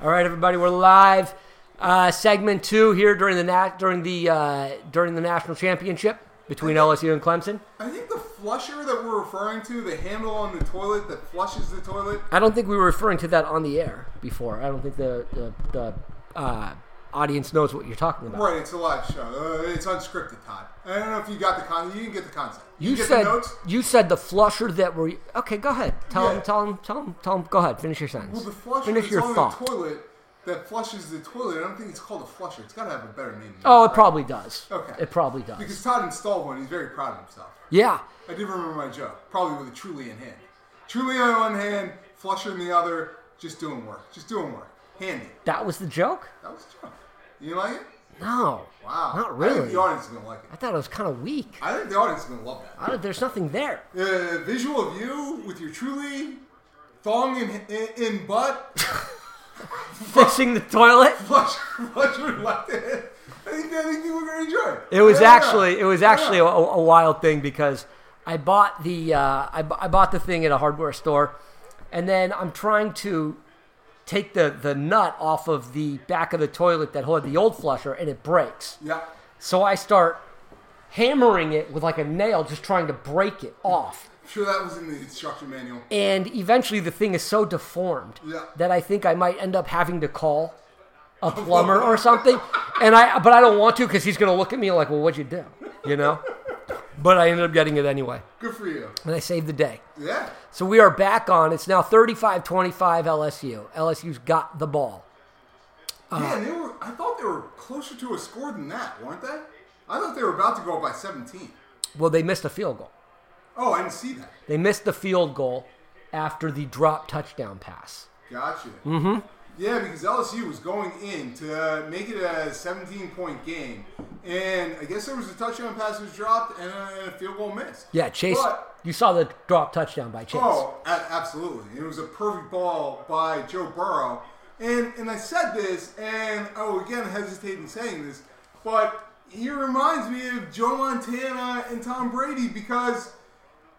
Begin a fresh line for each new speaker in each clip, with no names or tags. All right, everybody, we're live. Uh, segment two here during the nat- during the uh, during the national championship between LSU and Clemson.
I think the flusher that we're referring to, the handle on the toilet that flushes the toilet.
I don't think we were referring to that on the air before. I don't think the the, the uh, audience knows what you're talking about.
Right, it's a live show. Uh, it's unscripted, Todd. I don't know if you got the con. You didn't get the concept.
You,
get
said
the notes.
you said the flusher that were okay. Go ahead. Tell
Yeah.
him. Tell him. Tell him. Tell him. Go ahead. Finish your sentence.
Well, the flusher
Finish
that's
your
on
thought.
the toilet that flushes the toilet. I don't think it's called a flusher. It's got to have a better name. than
oh,
that,
it
right?
probably does.
Okay.
It probably does.
Because Todd installed one. He's very proud of himself.
yeah.
I did remember my joke. Probably with a truly in hand. Truly on one hand, flusher in the other. Just doing work. Just doing work. Handy.
That was the joke.
That was a joke. You like it?
No.
Wow.
Not
I
really.
think the audience is gonna like
I
it.
thought it was kind of weak.
I think the audience is gonna love that.
I don't, there's nothing there.
The visual of you with your truly thong in, in, in butt,
Flushing the toilet.
flush, flush your left hand. I think, I think people are gonna enjoy it.
It was
Yeah.
actually it was actually
Yeah.
a, a wild thing because I bought the uh, I, bu- I bought the thing at a hardware store, and then I'm trying to take the the nut off of the back of the toilet that had the old flusher, and it breaks.
yeah.
So I start hammering it with like a nail, just trying to break it off.
I'm sure that was in the instruction manual.
And eventually, the thing is so deformed
Yeah.
that I think I might end up having to call a plumber or something. And I, but I don't want to because he's going to look at me like, "Well, what'd you do?" You know. But I ended up getting it anyway,
Good for you.
and I saved the day.
Yeah.
So we are back on. It's now 35-25 LSU. LSU's got the ball. Uh,
Man, they were. I thought they were closer to a score than that, weren't they? I thought they were about to go up by 17.
Well, they missed a field goal.
Oh, I didn't see that.
They missed the field goal after the drop touchdown pass.
Gotcha. Mm-hmm. Yeah, because LSU was going in to uh, make it a 17-point game, and I guess there was a touchdown pass that was dropped and a, and a field goal missed.
Yeah, Chase.
But-
you saw the drop touchdown by Chase.
Oh, a- absolutely! It was a perfect ball by Joe Burrow, and and I said this, and I will again hesitate in saying this, but he reminds me of Joe Montana and Tom Brady because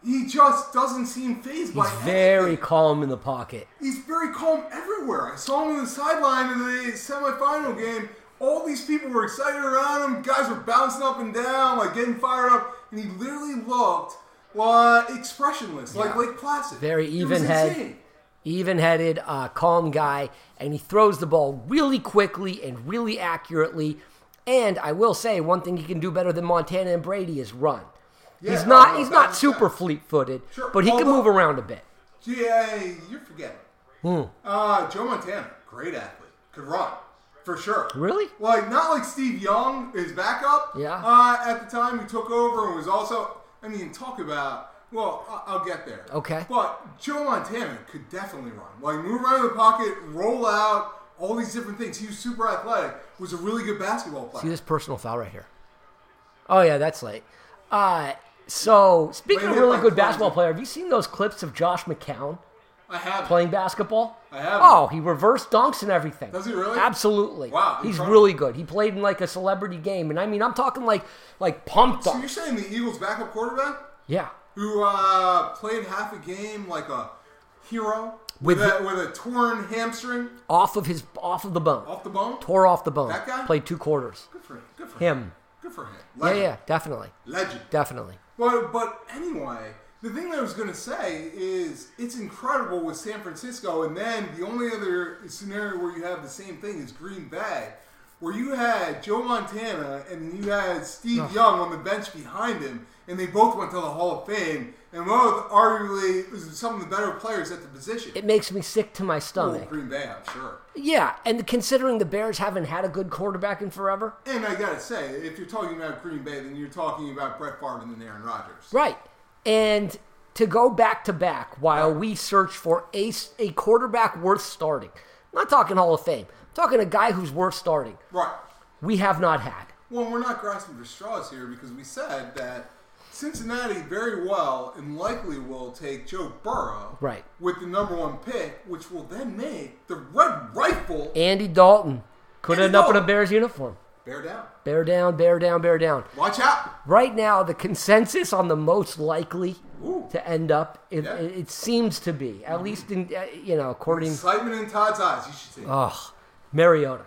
he just doesn't seem phased by
He's very
anything.
calm in the pocket.
He's very calm everywhere. I saw him on the sideline in the semifinal game. All these people were excited around him. Guys were bouncing up and down, like getting fired up, and he literally looked uh, expressionless, like Lake Placid.
Very
It was
even head,
insane.
even headed, uh, calm guy, and he throws the ball really quickly and really accurately. And I will say one thing he can do better than Montana and Brady is run.
Yeah,
he's
oh,
not
no,
he's not
that's-
super fleet footed,
Sure,
but he can
although-
move around a bit.
Yeah, you're forgetting.
Hmm.
Uh, Joe Montana, great athlete, could run for sure.
Really?
Like not like Steve Young, his backup.
Yeah.
Uh, at the time, who took over and was also, I mean, talk about. Well, I- I'll get there.
Okay.
But Joe Montana could definitely run. Like move around in the pocket, roll out, all these different things. He was super athletic. Was a really good basketball
See
player.
this personal foul right here. Oh yeah, that's late. Uh, so speaking
Wait,
of
hit
really
by
good
Clemson.
basketball player, have you seen those clips of Josh McCown?
I have.
playing basketball?
I haven't.
Oh, he reverse dunks and everything.
Does he really?
Absolutely.
Wow,
He's
incredible.
really good. He played in like a celebrity game, and I mean, I'm talking like like pumped
So
up.
you're saying the Eagles' backup quarterback,
Yeah.
who uh, played half a game like a hero
With
with a, with a torn hamstring
Off of his off of the bone.
off the bone.
Tore off the bone.
That guy?
Played two quarters.
Good for him. Good for him.
Him.
Good for him.
Yeah,
Legend.
yeah, definitely,
Legend.
definitely.
But but anyway, the thing that I was gonna say is it's incredible with San Francisco, and then the only other scenario where you have the same thing is Green Bay, where you had Joe Montana and you had Steve Young on the bench behind him, and they both went to the Hall of Fame, and both arguably was some of the better players at the position.
It makes me sick to my
Well,
stomach.
Green Bay, I'm sure.
Yeah, and considering the Bears haven't had a good quarterback in forever,
And I gotta say, if you're talking about Green Bay, then you're talking about Brett Favre and then Aaron Rodgers.
Right. And to go back to back while we search for a, s- a quarterback worth starting, I'm not talking Hall of Fame, I'm talking a guy who's worth starting,
Right.
we have not had.
Well, we're not grasping for straws here because we said that Cincinnati very well and likely will take Joe Burrow
Right.
with the number one pick, which will then make the red rifle
Andy Dalton could
Andy
end up in a
Dalton.
Bears uniform.
bear down.
Bear down, bear down, bear down.
Watch out.
Right now, the consensus on the most likely
Ooh.
to end up. It,
Yeah.
it, seems to be at least in uh, you know according.
Excitement in Todd's eyes. You should see.
Oh, Mariota.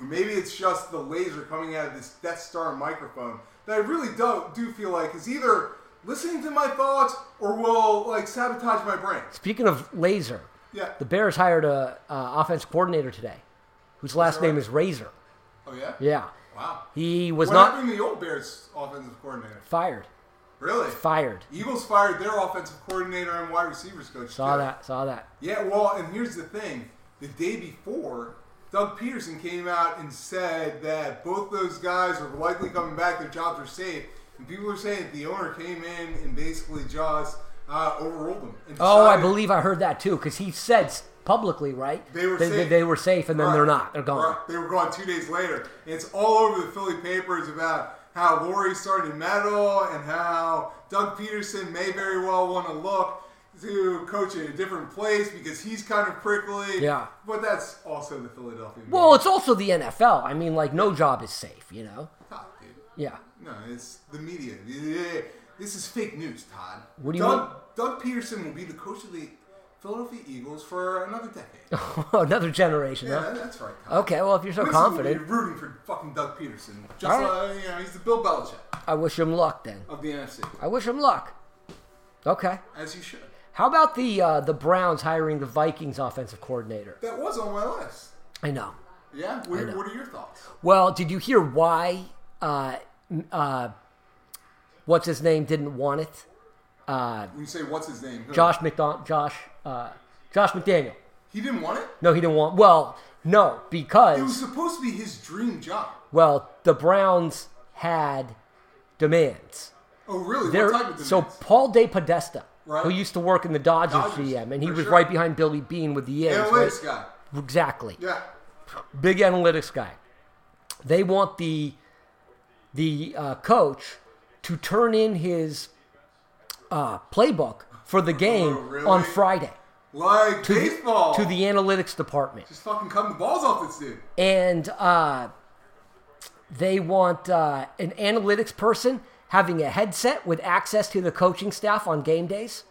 Or Maybe it's just the laser coming out of this Death Star microphone that I really don't do feel like is either listening to my thoughts or will like sabotage my brain.
Speaking of laser,
Yeah.
the Bears hired a uh, offense coordinator today, whose last
right?
name is Razor.
Oh yeah.
Yeah,
Wow.
he was
what
not
happened to the old Bears offensive coordinator?
fired.
Really?
Fired.
Eagles fired their offensive coordinator and wide receivers coach.
Saw
too.
that. Saw that.
Yeah, well, and here's the thing: the day before, Doug Peterson came out and said that both those guys are likely coming back; their jobs are safe. And people are saying that the owner came in and basically just uh, overruled them. and
Oh, I
decided-
believe I heard that too, because he said s- publicly, right?
They were
that- that
safe.
they were safe, and then
Right.
they're not. They're gone.
Right. They were gone two days later. It's all over the Philly papers about how Lori started metal and how Doug Peterson may very well want to look to coach in a different place because he's kind of prickly.
Yeah.
But that's also the Philadelphia.
Well,
media.
it's also the NFL. I mean, like no job is safe, you know.
Todd, dude.
Yeah.
No, it's the media. Yeah, This is fake news, Todd.
What do you
Doug,
mean?
Doug Peterson will be the coach of the Philadelphia Eagles for another decade.
Another generation.
yeah,
huh?
that's right, Todd.
Uh-huh. Okay. Well, if you're so
Winston will be
confident,
rooting for fucking Doug Peterson. Just
All right.
like, you know, he's the Bill Belichick
I wish him luck. Then
of the NFC,
I wish him luck. Okay.
as you should.
How about the uh, the Browns hiring the Vikings offensive coordinator?
That was on my list.
I know.
Yeah. What,
know.
what are your thoughts?
Well, did you hear why? Uh, m- uh, what's his name didn't want it?
When you say what's his name? Who?
Josh McDon- Josh uh, Josh McDaniel.
He didn't want it.
No, he didn't want. Well, no,
It was
because
supposed to be his dream job.
well, the Browns had demands.
Oh, really?
There-
what type of
so
demands?
Paul De Podesta,
Right.
who used to work in the Dodgers,
Dodgers,
GM, and he
for
was
sure.
right behind Billy Bean with the A's,
analytics
right?
guy.
Exactly.
Yeah.
Big analytics guy. They want the the uh, coach to turn in his uh, playbook for the game
Oh, really?
on Friday
Like
to the-
baseball.
to the analytics department.
Just fucking come the balls off this dude.
and uh, they want uh, an analytics person having a headset with access to the coaching staff on game days,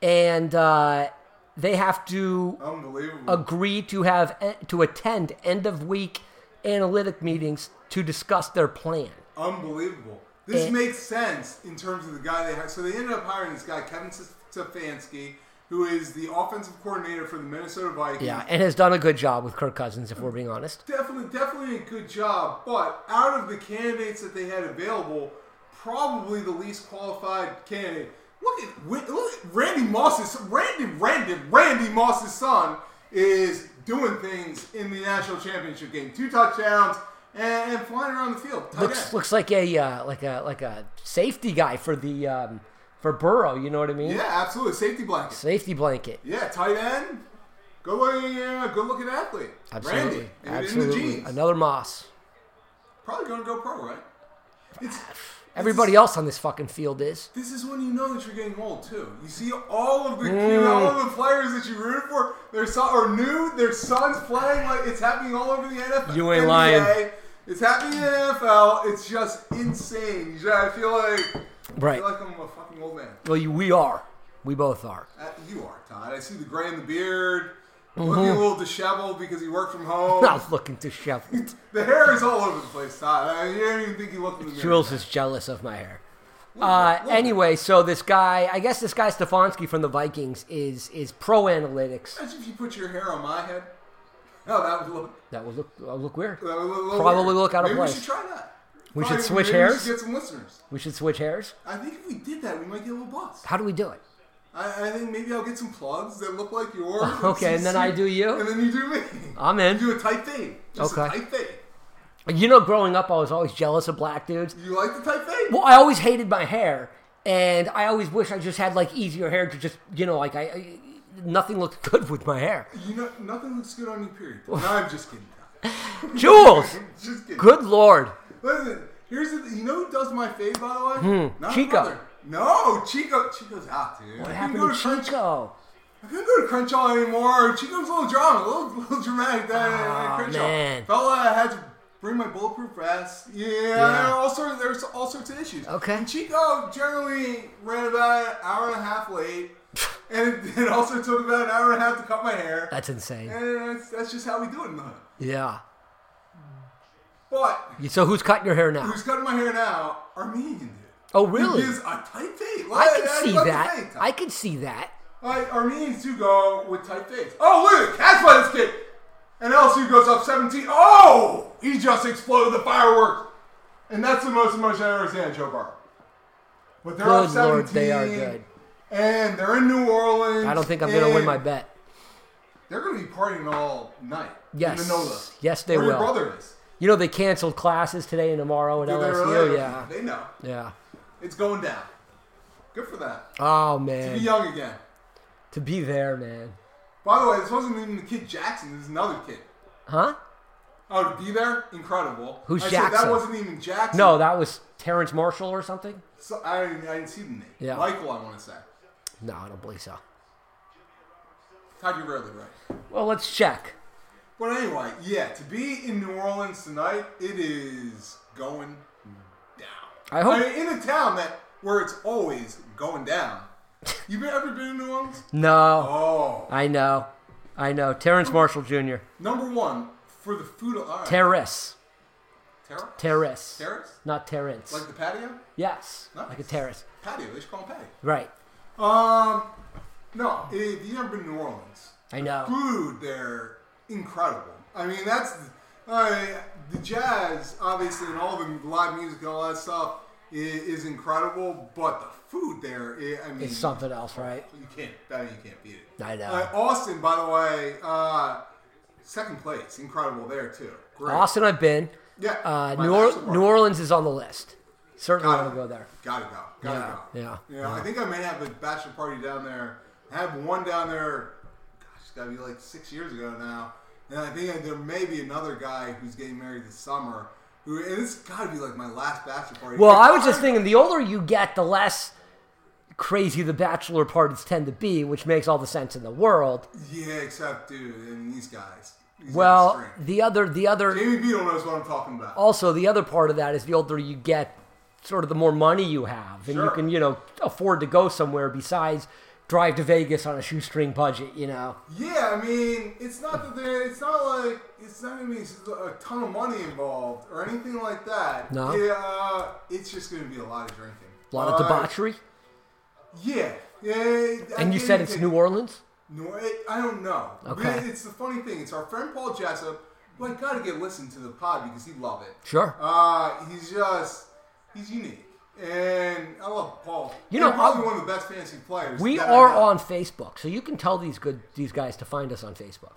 and uh, they have to
Unbelievable.
agree to have eh, to attend end of week analytic meetings to discuss their plan.
Unbelievable. This
Eh.
makes sense in terms of the guy they hired. So they ended up hiring this guy, Kevin Ste- Stefanski, who is the offensive coordinator for the Minnesota Vikings.
Yeah, and has done a good job with Kirk Cousins, if we're being honest.
Definitely, definitely a good job. But out of the candidates that they had available, probably the least qualified candidate. Look at Win- look at Randy Moss's Randy Randy Randy Moss's son is doing things in the national championship game. Two touchdowns and, and flying around the field. Tight
Looks
end.
looks like a uh, like a like a safety guy for the um, for Burrow. You know what I mean?
yeah, absolutely. Safety blanket.
Safety blanket.
Yeah, tight end. Good looking, uh, good looking athlete. Randy,
Absolutely.
in- in the
Absolutely.
jeans.
Another Moss.
Probably going to go pro, right? It's
Everybody else on this fucking field is.
this is when you know that you're getting old too. You see all of the
Hmm.
you know, all of the players that you rooted for, their son or new, their sons playing like it's happening all over the NFL.
You ain't
NBA.
lying.
It's happening in the NFL. It's just insane. You know, I feel like I
Right.
feel like I'm a fucking old man.
Well, you, we are. We both are.
Uh, You are Todd. I see the gray in the beard, looking
Mm-hmm.
a little disheveled because he worked from home.
Not looking disheveled.
The hair is all over the place, Todd. I didn't even think he looked in the mirror.
Jules is jealous of my hair.
Look
Uh,
at that.
anyway, so this guy, I guess this guy Stefanski from the Vikings is is pro analytics.
Imagine if you put your hair on my head. Oh, that would look.
That would look uh, look weird.
That would look a little
Probably
weird.
look out of
maybe
place.
We should try that.
We should
Probably-
switch
maybe
hairs?
We should get some listeners.
We should switch hairs.
I think if we did that, we might get a little buzz.
How do we do it?
I, I think maybe I'll get some plugs that look like yours.
Okay, and then I do you?
and then you do me.
I'm in.
You do a tight fade. Just
Okay.
A tight fade.
You know, growing up, I was always jealous of black dudes.
You like the tight fade?
Well, I always hated my hair, and I always wish I just had like easier hair to just you know like I, I nothing looked good with my hair.
You know, nothing looks good on you. Period. No, I'm just kidding. Todd.
Jules,
just kidding.
good lord,
Listen, here's the. You know who does my fade, by the way? Not
Hmm, Chico.
Mother. No, Chico. Chico's out, dude.
what happened to
Crunch,
Chico?
I couldn't go to Crenshaw anymore. Chico's a little drama, a little, little dramatic. That
Aw,
Crenshaw
Ah, man.
felt like I had to Bring my bulletproof vest. Yeah,
Yeah.
and all sorts. There's all sorts of issues.
Okay.
And Chico generally ran about an hour and a half late, and it, it also took about an hour and a half to cut my hair.
That's insane.
And that's, that's just how we do it in the hood.
Yeah.
But
So who's cutting your hair now?
who's cutting my hair now? Armenian dude.
Oh, really?
He is a tight fade. Like,
I can see
love the
that.
fade.
I can see that.
Like, Armenians do go with tight fades. Oh, look, catch by this kid. And LSU goes up 17. Oh, he just exploded the fireworks. And that's the most emotion I've ever seen at Joe Burrow. But they're up
Good
17.
lord, they are good.
And they're in New Orleans.
I don't think I'm gonna win
and
my bet.
They're going to be partying all night.
Yes.
In Manola.
Yes, they
Where
will.
your brother is.
You know they canceled classes today and tomorrow at
They're there
LSU.
early.
Yeah.
They know.
Yeah.
It's going down. Good for that.
Oh
Be
man,
young again.
to be there, man.
By the way, this wasn't even the kid Jackson. This is another kid.
Huh?
Oh, to be there? Incredible.
Who's
I Said,
Jackson?
that wasn't even Jackson.
No, that was Terrence Marshall or something.
So, I, didn't- I didn't see the name.
Yeah.
Michael, I want to say.
No, I don't believe so.
God, you're rarely right.
Well, let's check.
But anyway, yeah, to be in New Orleans tonight, it is going down.
I hope-
mean, in a town that where it's always going down. You been, ever been in New Orleans?
No,
Oh.
I know, I know. Terrence Marshall Jr.
Number one, for the food alive.
Terrace,
Terra?
terrace,
Terrace?
not Terrence.
Like the patio?
yes,
Nice.
like a terrace.
Patio, they should call it patio.
Right.
Um, no, if you've never been to New Orleans,
I know.
food there incredible. I mean, that's uh, the jazz, obviously, and all the live music and all that stuff is, is incredible. But the food there, i I mean,
It's something else, right?
you can't, I mean, you can't beat it.
I know.
Uh, Austin, by the way, uh, second place, incredible there too. Great.
Austin, I've been.
yeah.
Uh,
my
New, or-
last one.
New Orleans is on the list. Certainly
Gotta
want to go there.
Gotta go. Gotta
Yeah,
go.
yeah,
You know, I think I may have a bachelor party down there. I had one down there. Gosh, it's gotta be like six years ago now. And I think there may be another guy who's getting married this summer. Who and it's gotta be like my last bachelor party.
Well,
Like,
I was just thinking the older you get, the less crazy the bachelor parties tend to be, which makes all the sense in the world.
Yeah, except dude, and these guys. These
Well,
guys are strange.
the other, the other,
Jamie Beadle knows what I'm talking about.
also the other part of that is the older you get, sort of the more money you have, and you
Sure.
can you know afford to go somewhere besides drive to Vegas on a shoestring budget. You know,
Yeah, I mean, it's not that there. It's not like it's not gonna be a ton of money involved or anything like that.
No?
Yeah, uh, it's just gonna be a lot of drinking.
a lot of
Uh,
debauchery.
Yeah, yeah. I
And you
think
said it's
it-
New Orleans.
No, I, I don't know.
Okay.
Really, It's the funny thing. It's our friend Paul Jessup. who I gotta get listened to the pod because he love it.
Sure.
Uh, he's just he's unique, and I love Paul.
You
He's
know,
probably
I'll-
one of the best fantasy players.
we
that I
are
know.
on Facebook, so you can tell these good these guys to find us on Facebook.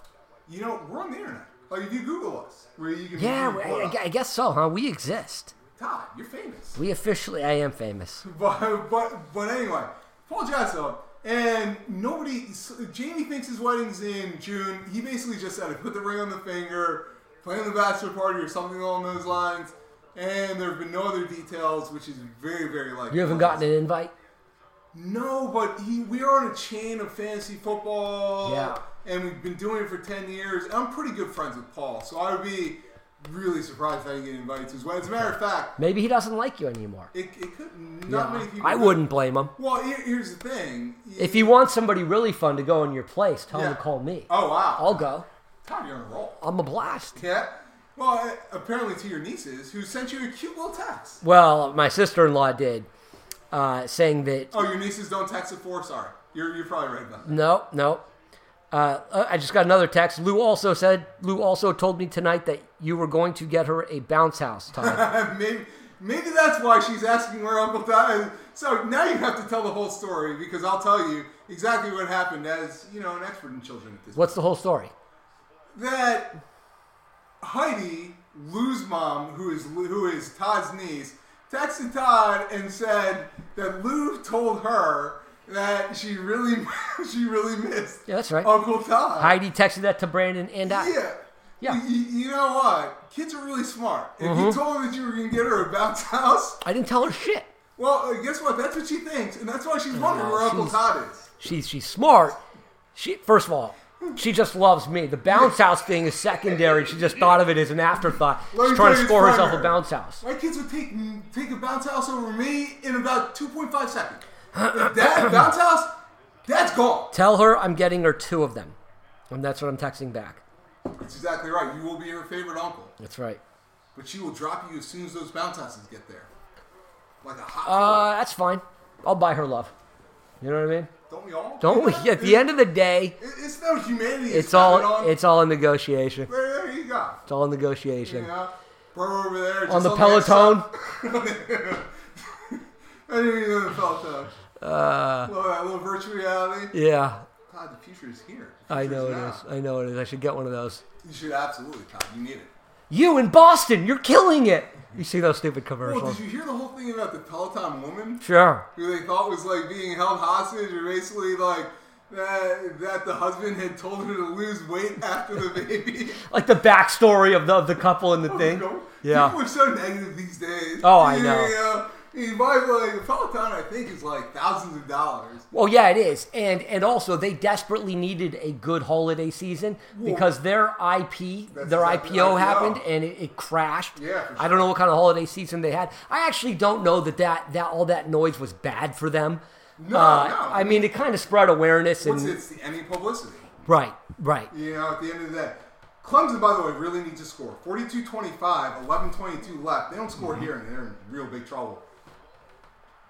You know, we're on the internet. Like if you Google us, where you can
Yeah,
you can pull it
I,
up.
I- I guess so, huh? We exist.
Todd, you're famous.
We officially, I am famous.
But but but anyway, Paul Jessup and nobody. so Jamie thinks his wedding's in June. He basically just said, "I put the ring on the finger, plan the bachelor party or something along those lines." And there have been no other details, which is very very likely.
You haven't gotten an invite?
No, but he, we are on a chain of fantasy football.
Yeah.
And we've been doing it for 10 years. And I'm pretty good friends with Paul, so I would be really surprised if I didn't get invited to his wedding. As a matter of fact,
Maybe he doesn't like you anymore.
it, it could not
Yeah.
many people.
I
would.
wouldn't blame him.
Well, here, here's the thing.
If you want somebody really fun to go in your place, tell him
Yeah.
to call me.
Oh, wow.
I'll go.
Tom, you're on a roll.
I'm a blast.
Yeah. Well, uh, apparently to your nieces, who sent you a cute little text.
Well, my sister in law did, uh, saying that
Oh, your nieces don't text at four? Sorry. You're, you're probably right about that.
No, no. Uh, I just got another text. Lou also said Lou also told me tonight that you were going to get her a bounce house. Tom.
maybe, maybe that's why she's asking where Uncle Tom is. So now you have to tell the whole story because I'll tell you exactly what happened as, you know, an expert in children at this
What's the whole story?
that Heidi, Lou's mom, who is Lou- who is Todd's niece, texted Todd and said that Lou told her that she really she really missed
Yeah, that's right.
Uncle Todd.
Heidi texted that to Brandon and I.
Oh. Yeah.
Yeah. Mm-hmm.
Y- y- You, know what? Kids are really smart. If you told her that you were going to get her a bounce house,
I didn't tell her shit.
well, uh, guess what? That's what she thinks, and that's why she's wondering where Uncle
she's-
Todd is.
She's she's smart. She first of all, She just loves me. The bounce house thing is secondary. She just thought of it as an afterthought.
Let
She's
me
trying
tell
to
you,
score
it's
herself a
primary.
bounce house.
My kids would take take a bounce house over me in about 2.5 seconds. If that bounce house, that's gone.
Tell her I'm getting her two of them. And that's what I'm texting back.
That's exactly right. You will be her favorite uncle,
That's right.
but she will drop you as soon as those bounce houses get there. Like a hot.
Uh, that's fine. I'll buy her love. You know what I mean?
coal. don't we all?
Uh, Don't we? At the end of the day,
It- It's no humanity.
it's
got it
all
on.
it's all a negotiation.
There- there you go.
It's all a negotiation.
Yeah. We're over there.
On
just
the
other
Peloton,
side. I didn't even know the Peloton. Uh, little, a little virtual reality.
yeah,
God, the future is here. The
I
future
know it
now.
is. I know it is. I should get one of those.
You should absolutely, Todd. You need it.
You in Boston, you're killing it. You see those stupid
Well,
commercials?
did you hear the whole thing about the Peloton woman
Sure.
who they thought was like being held hostage, or basically like that that the husband had told her to lose weight after the baby?
Like the backstory of the of the couple and the thing.
People
Yeah.
are so negative these days.
Oh, I
You
know.
You buy like Peloton, I think is like thousands of dollars.
Well, yeah, it is, and and also they desperately needed a good holiday season because their IP,
That's
their
exactly
IPO
right,
happened
yeah.
and it, it crashed.
Yeah, for
I don't know what kind of holiday season they had. I actually don't know that that, that all that noise was bad for them.
No,
uh,
no.
I mean, it kind of spread awareness
What's
and
it's the any publicity.
right, right.
You know, at the end of the day. Clemson, by the way, really needs to score. 42-25, 11-22 left. They don't score
Mm-hmm.
here, and they're in real big trouble.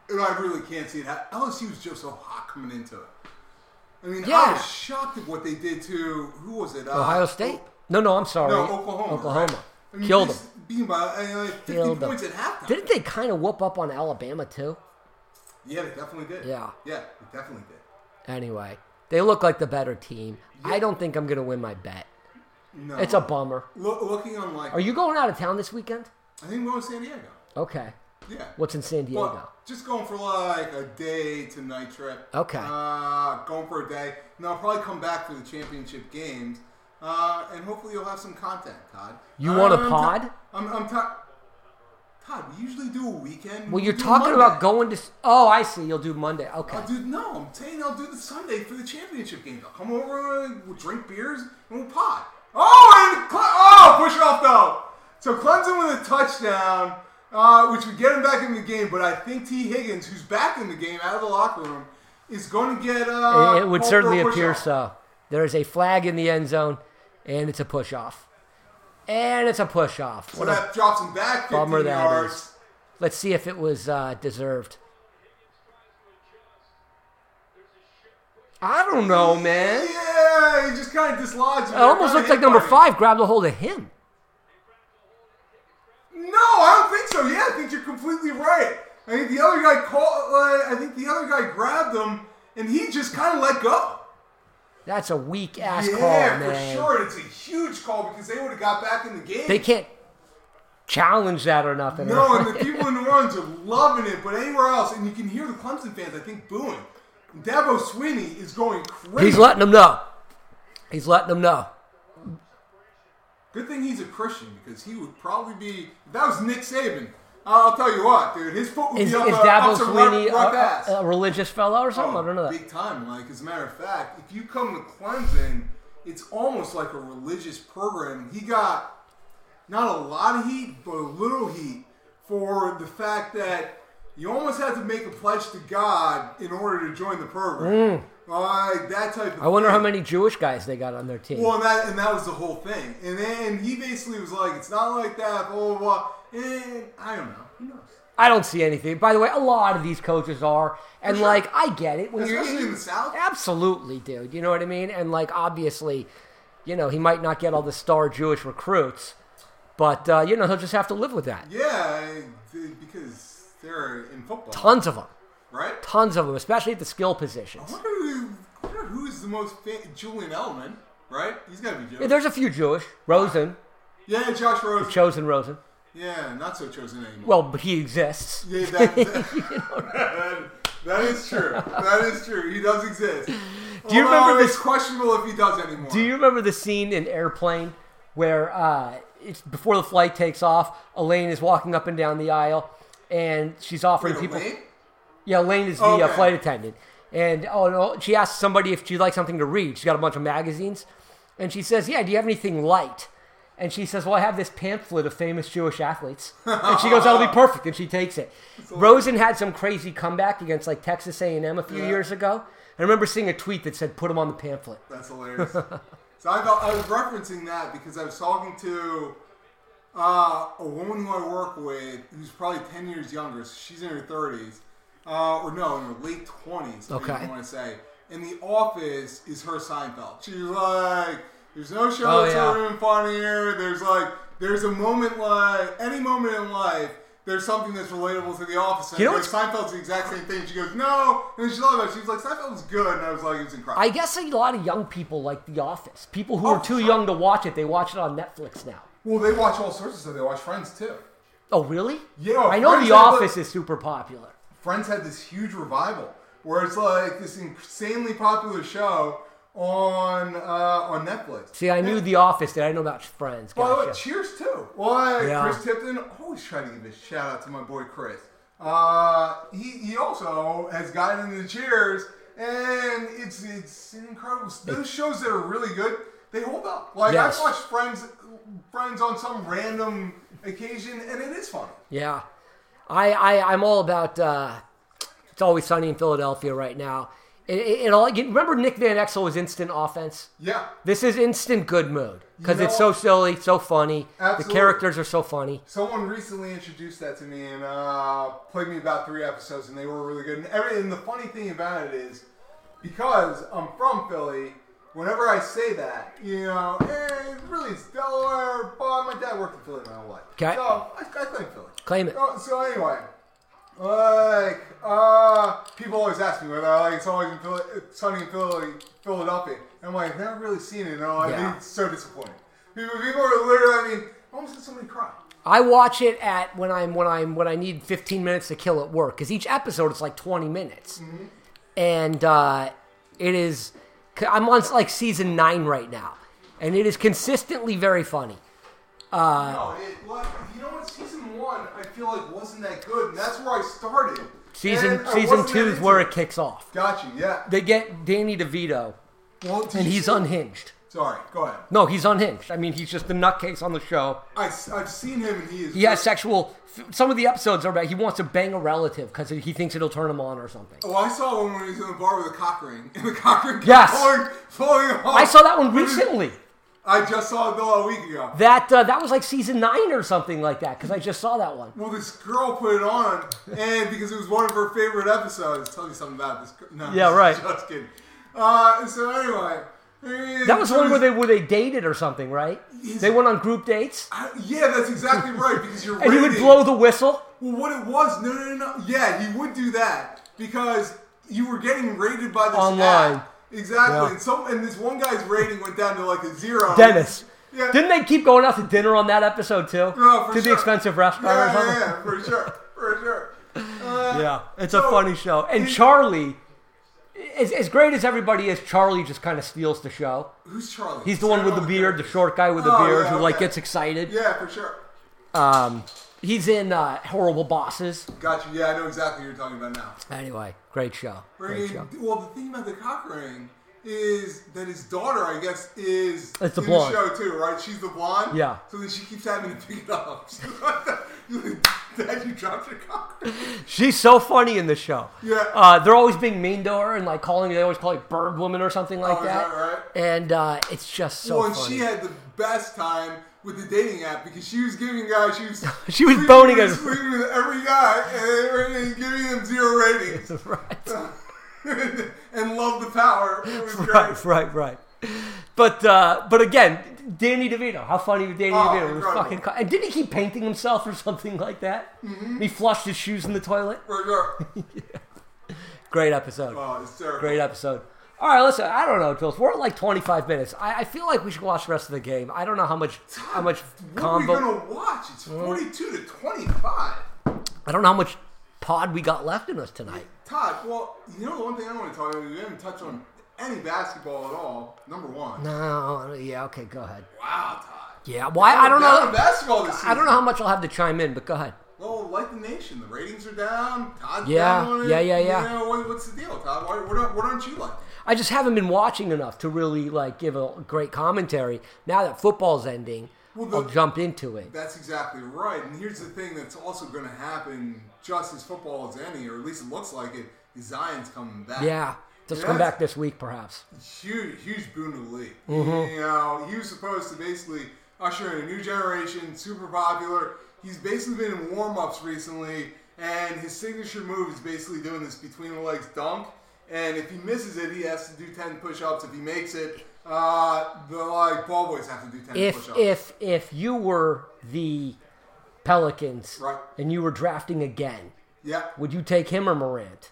And I really can't see it. hap- LSU was just so hot coming into it. I mean, I
Yeah.
was shocked at what they did to who was it? Uh,
Ohio State? No, no, I'm sorry.
No, Oklahoma.
Oklahoma
right? I mean,
killed
they
them.
Being by I mean, like 50
Killed them.
points at halftime.
Didn't they kind of whoop up on Alabama too?
Yeah, they definitely did.
Yeah.
Yeah, they definitely did.
Anyway, they look like the better team. I don't think I'm gonna win my bet.
No.
It's a bummer.
Look, looking unlikely.
Are you going out of town this weekend?
I think we're going to San Diego.
Okay.
Yeah.
What's in San Diego?
Well, just going for like a day to night trip.
Okay.
Uh, going for a day. And I'll probably come back for the championship games. Uh, and hopefully you'll have some content, Todd.
You want a
I'm ti-
pod?
I'm, I'm ti- Todd, we usually do a weekend.
well,
We
you're
do
talking about
Monday.
going to. s- Oh, I see. You'll do Monday. Okay.
I'll do no. I'm saying I'll do the Sunday for the championship games. I'll come over, and we'll drink beers, and we'll pot. Oh, and Cle- oh, push off though. So Clemson with a touchdown, uh, which would get him back in the game. But I think T. Higgins, who's back in the game out of the locker room, is going to get. Uh,
It- it would
called for a
certainly
push
appear
off.
so. There is a flag in the end zone, and it's a push off. And it's a push off.
So
What a,
that drops him back 15
Bummer that
yards.
is. let's see if it was uh, deserved. I don't know, man. It
Yeah, he just kind of dislodged. It
almost looks like number five grabbed a hold of him.
No, I don't think so. Yeah, I think you're completely right. I think the other guy caught. Like, I think the other guy grabbed him, and he just kind of let go.
That's a weak ass
yeah,
call, man.
for sure. It's a huge call because they would have got back in the game.
They can't challenge that or nothing.
no, and the people in New Orleans are loving it, but anywhere else, and you can hear the Clemson fans, I think, booing. Dabo Sweeney is going crazy.
He's letting them know. He's letting them know.
Good thing he's a Christian because he would probably be. If that was Nick Saban, I'll tell you what, dude. His foot would
Is,
be up,
is
uh,
Dabo
up some rough-
Sweeney a,
rough ass.
a, a religious fellow or something?
Oh,
I don't know that.
Big time. Like, as a matter of fact, if you come to Clemson, it's almost like a religious program. He got not a lot of heat, but a little heat for the fact that you almost have to make a pledge to God in order to join the program. Like, that type of
Mm. I wonder
thing.
how many Jewish guys they got on their team.
Well, and that and that was the whole thing. And then he basically was like, "It's not like that." Blah blah. blah. And I don't know. Who knows?
I don't see anything. By the way, a lot of these coaches are, and
sure.
like I get it when you're
Especially in the South.
Absolutely, dude. You know what I mean? And like obviously, you know he might not get all the star Jewish recruits, but uh, you know he'll just have to live with that.
Yeah, I- because they're in football,
Tons of them,
right?
tons of them, especially at the skill
I
positions.
wonder who, I wonder who's the most fa- Julian Edelman, right? He's got to be Joe.
There's a few Jewish Rosen,
Yeah, Josh Rosen.
chosen Rosen.
yeah, not so chosen anymore.
Well, but he exists.
yeah, that, that- that is true. That is true. He does exist. Do
you remember
It's
this-
questionable if he does anymore.
Do you remember the scene in Airplane where uh, it's before the flight takes off? Elaine is walking up and down the aisle, and she's offering
Wait,
people.
Elaine?
Yeah, Elaine is the uh,
Okay.
flight attendant, And oh, no, she asked somebody if she'd like something to read. She's got a bunch of magazines. And she says, Yeah, do you have anything light? And she says, Well, I have this pamphlet of famous Jewish athletes. And she goes, That'll be perfect. And she takes it. Rosen had some crazy comeback against like Texas A&M a few
Yeah.
years ago. I remember seeing a tweet that said, Put him on the pamphlet.
That's hilarious. so I, thought, I was referencing that because I was talking to uh, a woman who I work with who's probably 10 years younger. So she's in her 30s. Uh, or no, in her late 20s, okay.
Okay.
I want to say. And The Office is her Seinfeld. She's like, there's no show
Oh,
that's
yeah.
ever been funnier. There's like, there's a moment like, any moment in life, there's something that's relatable to The Office. And
You know
I go, Seinfeld's the exact same thing. She goes, no. And she loved it. She was like, Seinfeld was good. And I was like, it was incredible.
I guess a lot of young people like The Office. People who
Oh,
are too
sure.
young to watch it, they watch it on Netflix now.
Well, they watch all sorts of stuff. They watch Friends too.
Oh, really?
Yeah,
I know
Friends
The
had, like-
Office is super popular.
Friends had this huge revival where it's like this insanely popular show on uh, on Netflix.
See, I knew The Office, and I didn't know about Friends.
By the way,
Gotcha.
Cheers too. Why
Yeah.
Chris Tipton? Always try to give a shout out to my boy Chris. Uh, he he also has gotten into Cheers, and it's it's incredible. Those shows that are really good, they hold up. Like
Yes.
I've watched Friends Friends on some random occasion, and it is funny.
Yeah, I, I I'm all about. Uh, it's always sunny in Philadelphia right now. It, it, it all you remember Nick Van Exel was instant offense.
Yeah.
This is instant good mood because
You
it's
know-
so silly, so funny.
Absolutely.
The characters are so funny.
Someone recently introduced that to me and uh, played me about three episodes, and they were really good. And, every, and the funny thing about it is, because I'm from Philly, whenever I say that, you know, eh, really it's Delaware, but my dad worked in Philly my whole life.
Okay.
So I, I claim Philly.
Claim it.
So, so anyway, like, uh, people always ask me whether I like it's always in Philly, it's sunny in Philly, Philadelphia. And I'm like, I've never really seen it. And I'm like,
Yeah.
it's so disappointing. People, people are literally, I mean, I almost had somebody cry.
I watch it at when I'm when I'm when I need 15 minutes to kill at work because each episode is like 20 minutes,
Mm-hmm.
and uh, it is. I'm on like season nine right now, and it is consistently very funny. Oh.
No, it, like, you know what? Season one, I feel like wasn't that good, and that's where I started.
Season
And I
season
wasn't
two
that
is
into
where it kicks off.
Got you. Yeah.
They get Danny DeVito,
Well, did
and
you
he's
see-
unhinged.
Sorry. Go ahead.
No, he's unhinged. I mean, he's just the nutcase on the show.
I, have seen him, and he is.
He has sexual. Some of the episodes are about he wants to bang a relative because he thinks it'll turn him on or something.
Oh, I saw one when he was in the bar with a cock ring, and the cock ring kept
Yes.
falling, falling off.
I saw that one recently.
I just saw it though a week ago.
That uh, that was like season nine or something like that because I just saw that one.
Well, this girl put it on, and because it was one of her favorite episodes, tell you something about this. girl. No,
Yeah, right.
Just kidding. Uh, so anyway,
That was one where they where they dated or something, right? They went on group dates,
I- yeah, that's exactly right because you're.
and he would
rating-
blow the whistle.
Well, what it was? No, no, no, no. Yeah, he would do that because you were getting rated by this
Online.
app. Exactly,
Yeah.
and some and this one guy's rating went down to like a zero.
Dennis.
Yeah.
Didn't they keep going out to dinner on that episode too?
Oh, for
to the
sure.
expensive restaurant or
Yeah,
something.
yeah, yeah, for sure, for sure. Uh,
Yeah, it's a
So-
funny show. And
Is-
Charlie, as, as great as everybody is, Charlie just kind of steals the show.
Who's Charlie?
He's the one with the beard, the short guy with the
Oh,
beard
yeah,
who like
okay.
gets excited.
Yeah, for sure.
Um, he's in uh, Horrible Bosses.
Gotcha. Yeah, I know exactly what you're talking about now.
Anyway, great show. Great
Bringing,
show.
well, the thing about the cock ring is that his daughter, I guess, is
It's the
in
blonde.
the show too, right? She's the blonde.
Yeah.
So then she keeps having to pick it up. She's like, Dad, you dropped your cock ring.
She's so funny in the show.
Yeah.
Uh, they're always being mean to her and like calling they always call it bird woman or something like
Oh, is
that.
that right?
And uh, it's just so
well, and
funny.
she had the best time with the dating app because she was giving guys she was
She was
sleeping
boning
with-
us.
sleeping with every guy and, and giving them zero ratings
right.
and love the power. It was great.
right, right, right. But uh, but again, Danny DeVito. How funny was Danny
Oh,
DeVito? It was
incredible.
fucking. co- And didn't he keep painting himself or something like that? Mm-hmm. He flushed his shoes in the toilet.
For sure.
Great episode.
Oh, it's terrible.
Great episode. All right, listen. I don't know, Jules. We're at like 25 minutes. I, I feel like we should watch the rest of the game. I don't know how much how much
What are we
combo.
gonna watch? It's forty-two to twenty-five.
I don't know how much pod we got left in us tonight.
Todd, well, you know the one thing I want to talk about. We haven't touched on any basketball at all. Number one.
No. Uh, Yeah. Okay. Go ahead.
Wow, Todd.
Yeah. Why? I don't
Down to
know.
basketball this season.
I don't know how much I'll have to chime in, but go ahead.
Well, like the nation. The ratings are down. Todd's
Yeah,
down on it.
yeah, yeah, yeah.
You know, what, what's the deal, Todd? Why, what, aren't- what aren't you like?
I just haven't been watching enough to really like give a great commentary. Now that football's ending,
Well,
I'll
the-
jump into it.
That's exactly right. And here's the thing that's also going to happen just as football is ending, or at least it looks like it, is Zion's coming back.
yeah, just
Yeah,
come
that's-
back this week, perhaps.
huge, huge boon to the league. You know, he was supposed to basically usher in a new generation, super popular. He's basically been in warm ups recently, and his signature move is basically doing this between the legs dunk. And if he misses it, he has to do 10 push ups. If he makes it, uh, the like ball boys have to do 10
If
push ups.
if if you were the Pelicans
Right.
and you were drafting again,
yeah.
would you take him or Morant?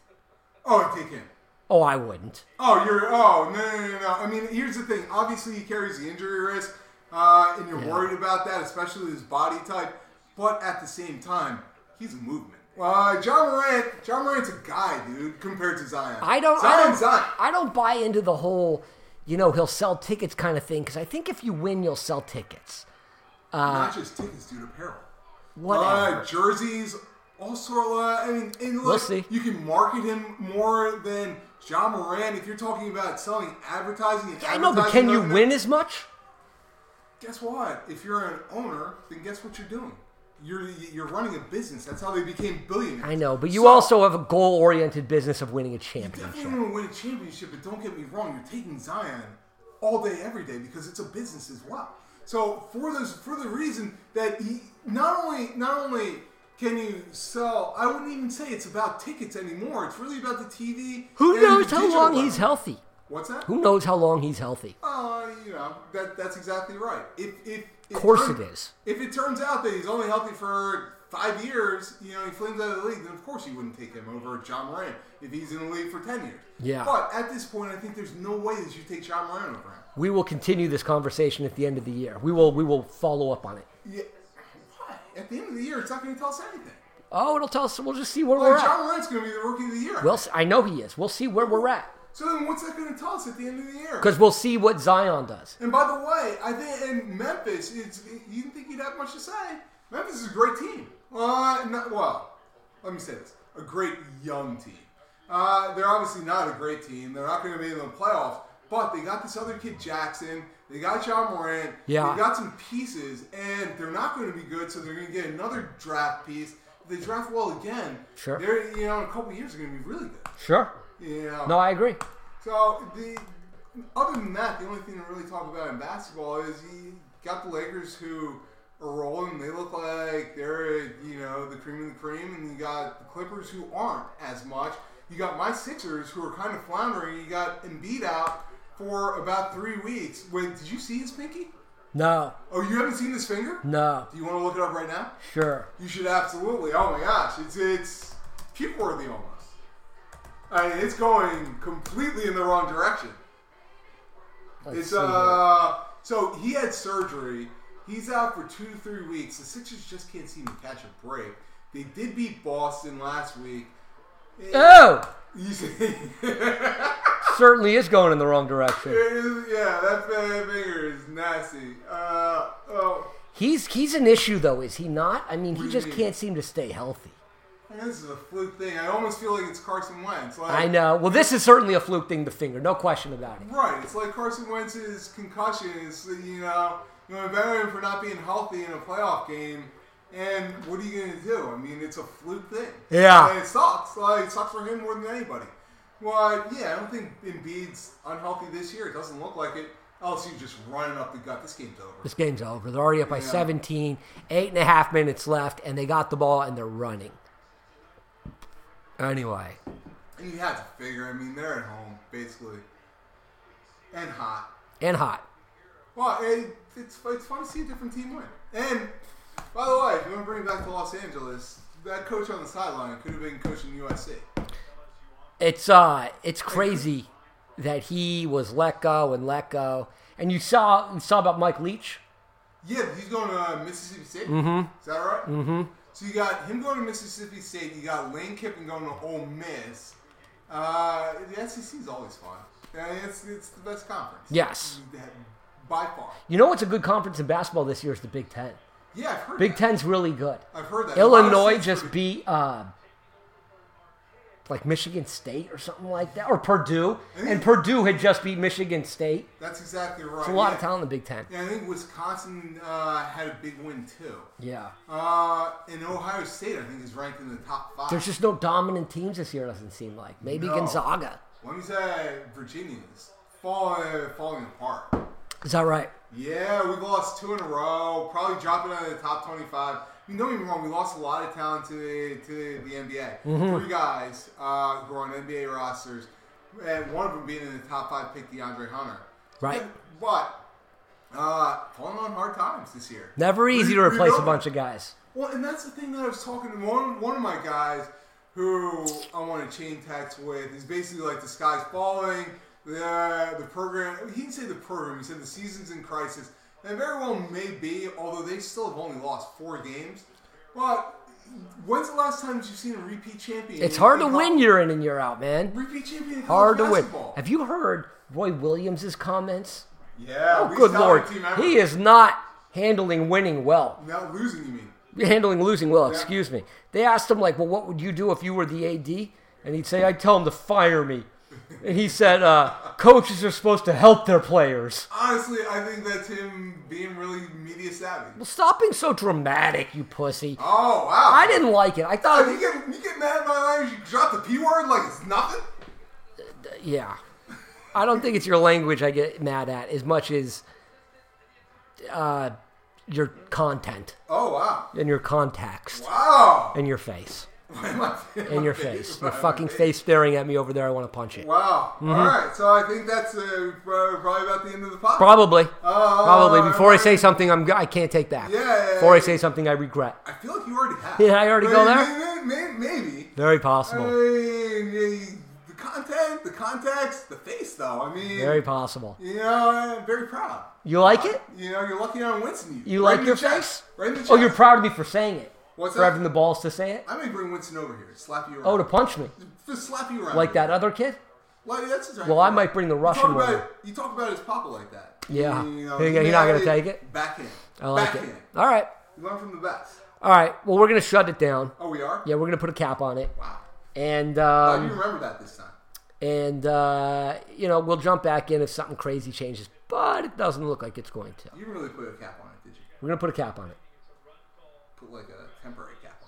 Oh, take him.
Oh, I wouldn't.
Oh, you're. Oh no, no, no, no, no. I mean, here's the thing. Obviously, he carries the injury risk, uh, and you're worried about that, especially with his body type. But at the same time, he's a movement. Uh, John Morant. John Morant's a guy, dude, compared to Zion.
I don't. I don't.
Zion's Zion.
I don't buy into the whole, you know, he'll sell tickets kind of thing. Because I think if you win, you'll sell tickets.
Not just tickets, dude. Apparel.
Uh, Whatever.
Uh, jerseys. Also, uh, I mean, and look,
We'll see.
you can market him more than John Moran if you're talking about selling advertising. And
I know, but
advertising
can you
revenue.
win as much?
guess what? If you're an owner, then guess what you're doing? You're you're running a business. That's how they became billionaires.
I know, but you
So,
also have a goal-oriented business of winning a
definitely
championship.
want to win a championship, but don't get me wrong. You're taking Zion all day, every day because it's a business as well. So for those for the reason that he not only not only can you sell, I wouldn't even say it's about tickets anymore. It's really about the TV.
Who
and the
knows how
digital
long
level.
he's healthy?
What's that?
Who knows how long he's healthy?
Uh, you know that that's exactly right. If if of
course it is.
If it turns out that he's only healthy for five years, you know he flames out of the league, then of course you wouldn't take him over John Moran if he's in the league for ten years.
Yeah.
But at this point, I think there's no way that you take John Moran over him.
We will continue this conversation at the end of the year. We will. We will follow up on it.
Yeah. Why? At the end of the year, it's not going to tell us anything.
Oh, it'll tell us. We'll just see where we're
Like
at.
John Moran's going to be the rookie of the year.
Well, I know he is. We'll see where we're at
so then what's that going to tell us at the end of the year?
because we'll see what Zion does.
And by the way, I think in Memphis, it's you didn't think you'd have much to say. Memphis is a great team. Uh, not, well, let me say this: a great young team. Uh, they're obviously not a great team. They're not going to be in the playoffs. But they got this other kid Jackson. They got John Moran.
Yeah.
They got some pieces, and they're not going to be good. So they're going to get another draft piece. If they draft well again,
Sure.
They're you know in a couple years they're going to be really good.
Sure.
You know.
No, I agree.
So the other than that, the only thing to really talk about in basketball is you got the Lakers who are rolling. They look like they're you know the cream of the cream, and you got the Clippers who aren't as much. You got my Sixers who are kind of floundering. You got Embiid out for about three weeks. Wait, did you see his pinky?
No,
Oh, you haven't seen his finger?
no,
Do you want to look it up right now?
sure.
You should absolutely. Oh my gosh, it's it's puke worthy almost. I mean, it's going completely in the wrong direction.
Let's
It's
see here.
uh, so he had surgery. He's out for two to three weeks. The Sixers just can't seem to catch a break. They did beat Boston last week.
oh,
You see-
certainly is going in the wrong direction.
It is- yeah, that fa- finger is nasty. Uh, oh,
He's he's an issue though, is he not? I mean, he
do
just
you mean?
can't seem to stay healthy.
man, this is a fluke thing. I almost feel like it's Carson Wentz. Like,
I know. Well, this is certainly a fluke thing. The finger, no question about it.
Right, it's like Carson Wentz's concussion is, you know, you know, better for not being healthy in a playoff game. And what are you going to do? I mean, it's a fluke thing.
Yeah.
And it sucks. Like, it sucks for him more than anybody. Well, yeah, I don't think Embiid's unhealthy this year. It doesn't look like it. LSU just running up the gut. This game's over.
This game's over. They're already up by
Yeah.
17, eight and a half minutes left, and they got the ball and they're running. Anyway,
And you have to figure, I mean, they're at home, basically, and hot.
and hot.
Well, it, it's it's fun to see a different team win. And by the way, if you want to bring it back to Los Angeles, that coach on the sideline could have been coaching USC.
It's uh, it's crazy that he was let go and let go. And you saw you saw about Mike Leach.
Yeah, he's going to uh, Mississippi State. Mm-hmm. Is that right? Mm-hmm. So you got him going to Mississippi State. You got Lane Kiffin going to Ole Miss. Uh, the SEC is always fun. I mean, it's it's the best conference.
Yes.
By far.
You know what's a good conference in basketball this year is the Big Ten.
Yeah, I've heard
Big
that.
Ten's really good.
I've heard that. A lot of
Illinois
states
just
are-
beat uh, like Michigan State or something like that, or Purdue, and Purdue had just beat Michigan State.
That's exactly right.
It's a lot of
yeah.
talent in the Big Ten.
And I think Wisconsin uh, had a big win too.
Yeah,
Uh, and Ohio State, I think, is ranked in the top five.
there's just no dominant teams this year. Doesn't seem like maybe
No.
Gonzaga.
Let me say, Virginia is falling, falling apart.
Is that right?
Yeah, we've lost two in a row. Probably dropping out of the top 25. I mean, don't get me wrong, we lost a lot of talent to the, to the NBA.
Mm-hmm.
Three guys uh, who are on NBA rosters, and one of them being in the top five pick, DeAndre Hunter.
Right.
But uh, falling on hard times this year.
Never easy to
Re-
replace a
rebuild-
bunch of guys.
Well, and that's the thing that I was talking to one one of my guys who I want to chain text with. He's basically like the sky's falling. The the program. He didn't say the program. He said the season's in crisis. And it very well may be, although they still have only lost four games. But when's the last time that you've seen a repeat champion?
It's hard to
in col-
win year in and year out, man.
Repeat champion. in
Hard
college
to win.
basketball.
Have you heard Roy Williams' comments?
Yeah.
Oh,
least
good
talented
lord,
team ever.
he is not handling winning well.
Not losing, you mean?
handling losing well, excuse me. They asked him like, "Well, what would you do if you were the AD?" And he'd say, "I'd tell him to fire me." And he said, uh, "Coaches are supposed to help their players."
Honestly, I think that's him being really media savvy.
Stop being so dramatic, you pussy.
Oh wow!
I didn't like it. I thought,
You get, you get mad at my language, you drop the P word like it's nothing?
yeah, I don't think it's your language I get mad at as much as uh, your content
Oh, wow.
and your context
Wow.
and your face
In
and your face, your fucking face Mm-hmm. staring at me over there. I want to punch it.
Wow. All right, so I think that's uh, pro- probably about the end of the podcast.
Probably.
Uh,
Probably. Before I say something, I'm I can't take back.
Yeah, yeah, yeah.
Before I say something, I regret.
I feel like you already have.
Did I already go
Maybe- Maybe. maybe.
Very
I
possible.
mean, the content, the context, the face, though. I mean,
Very possible.
you know, I'm very proud.
You like it?
You know, you're lucky I'm Winston.
You
Right
like
in
your
the chest.
face?
Right in the chest.
Oh, you're proud of me for saying it.
What's
for
that?
having the balls to say it.
I may bring Winston over here, slap you around.
Oh, to punch me
Just slap you around.
like that other kid.
Well, that's his right.
Well, I might bring the Russian
you talk
one.
about, You talk about his papa like that.
Yeah.
You know,
He- he not gonna
it-
take it?
Backhand.
I like it.
Backhand.
All right.
You learn from the best.
All right. Well, we're gonna shut it down.
Oh, we are.
Yeah, we're gonna put a cap on it,
Wow.
and
Oh,
um,
you remember that this time.
and uh, you know we'll jump back in if something crazy changes, but it doesn't look like it's going to.
You didn't really put a cap on it, did you?
We're gonna put a cap on it.
Put like a temporary cap.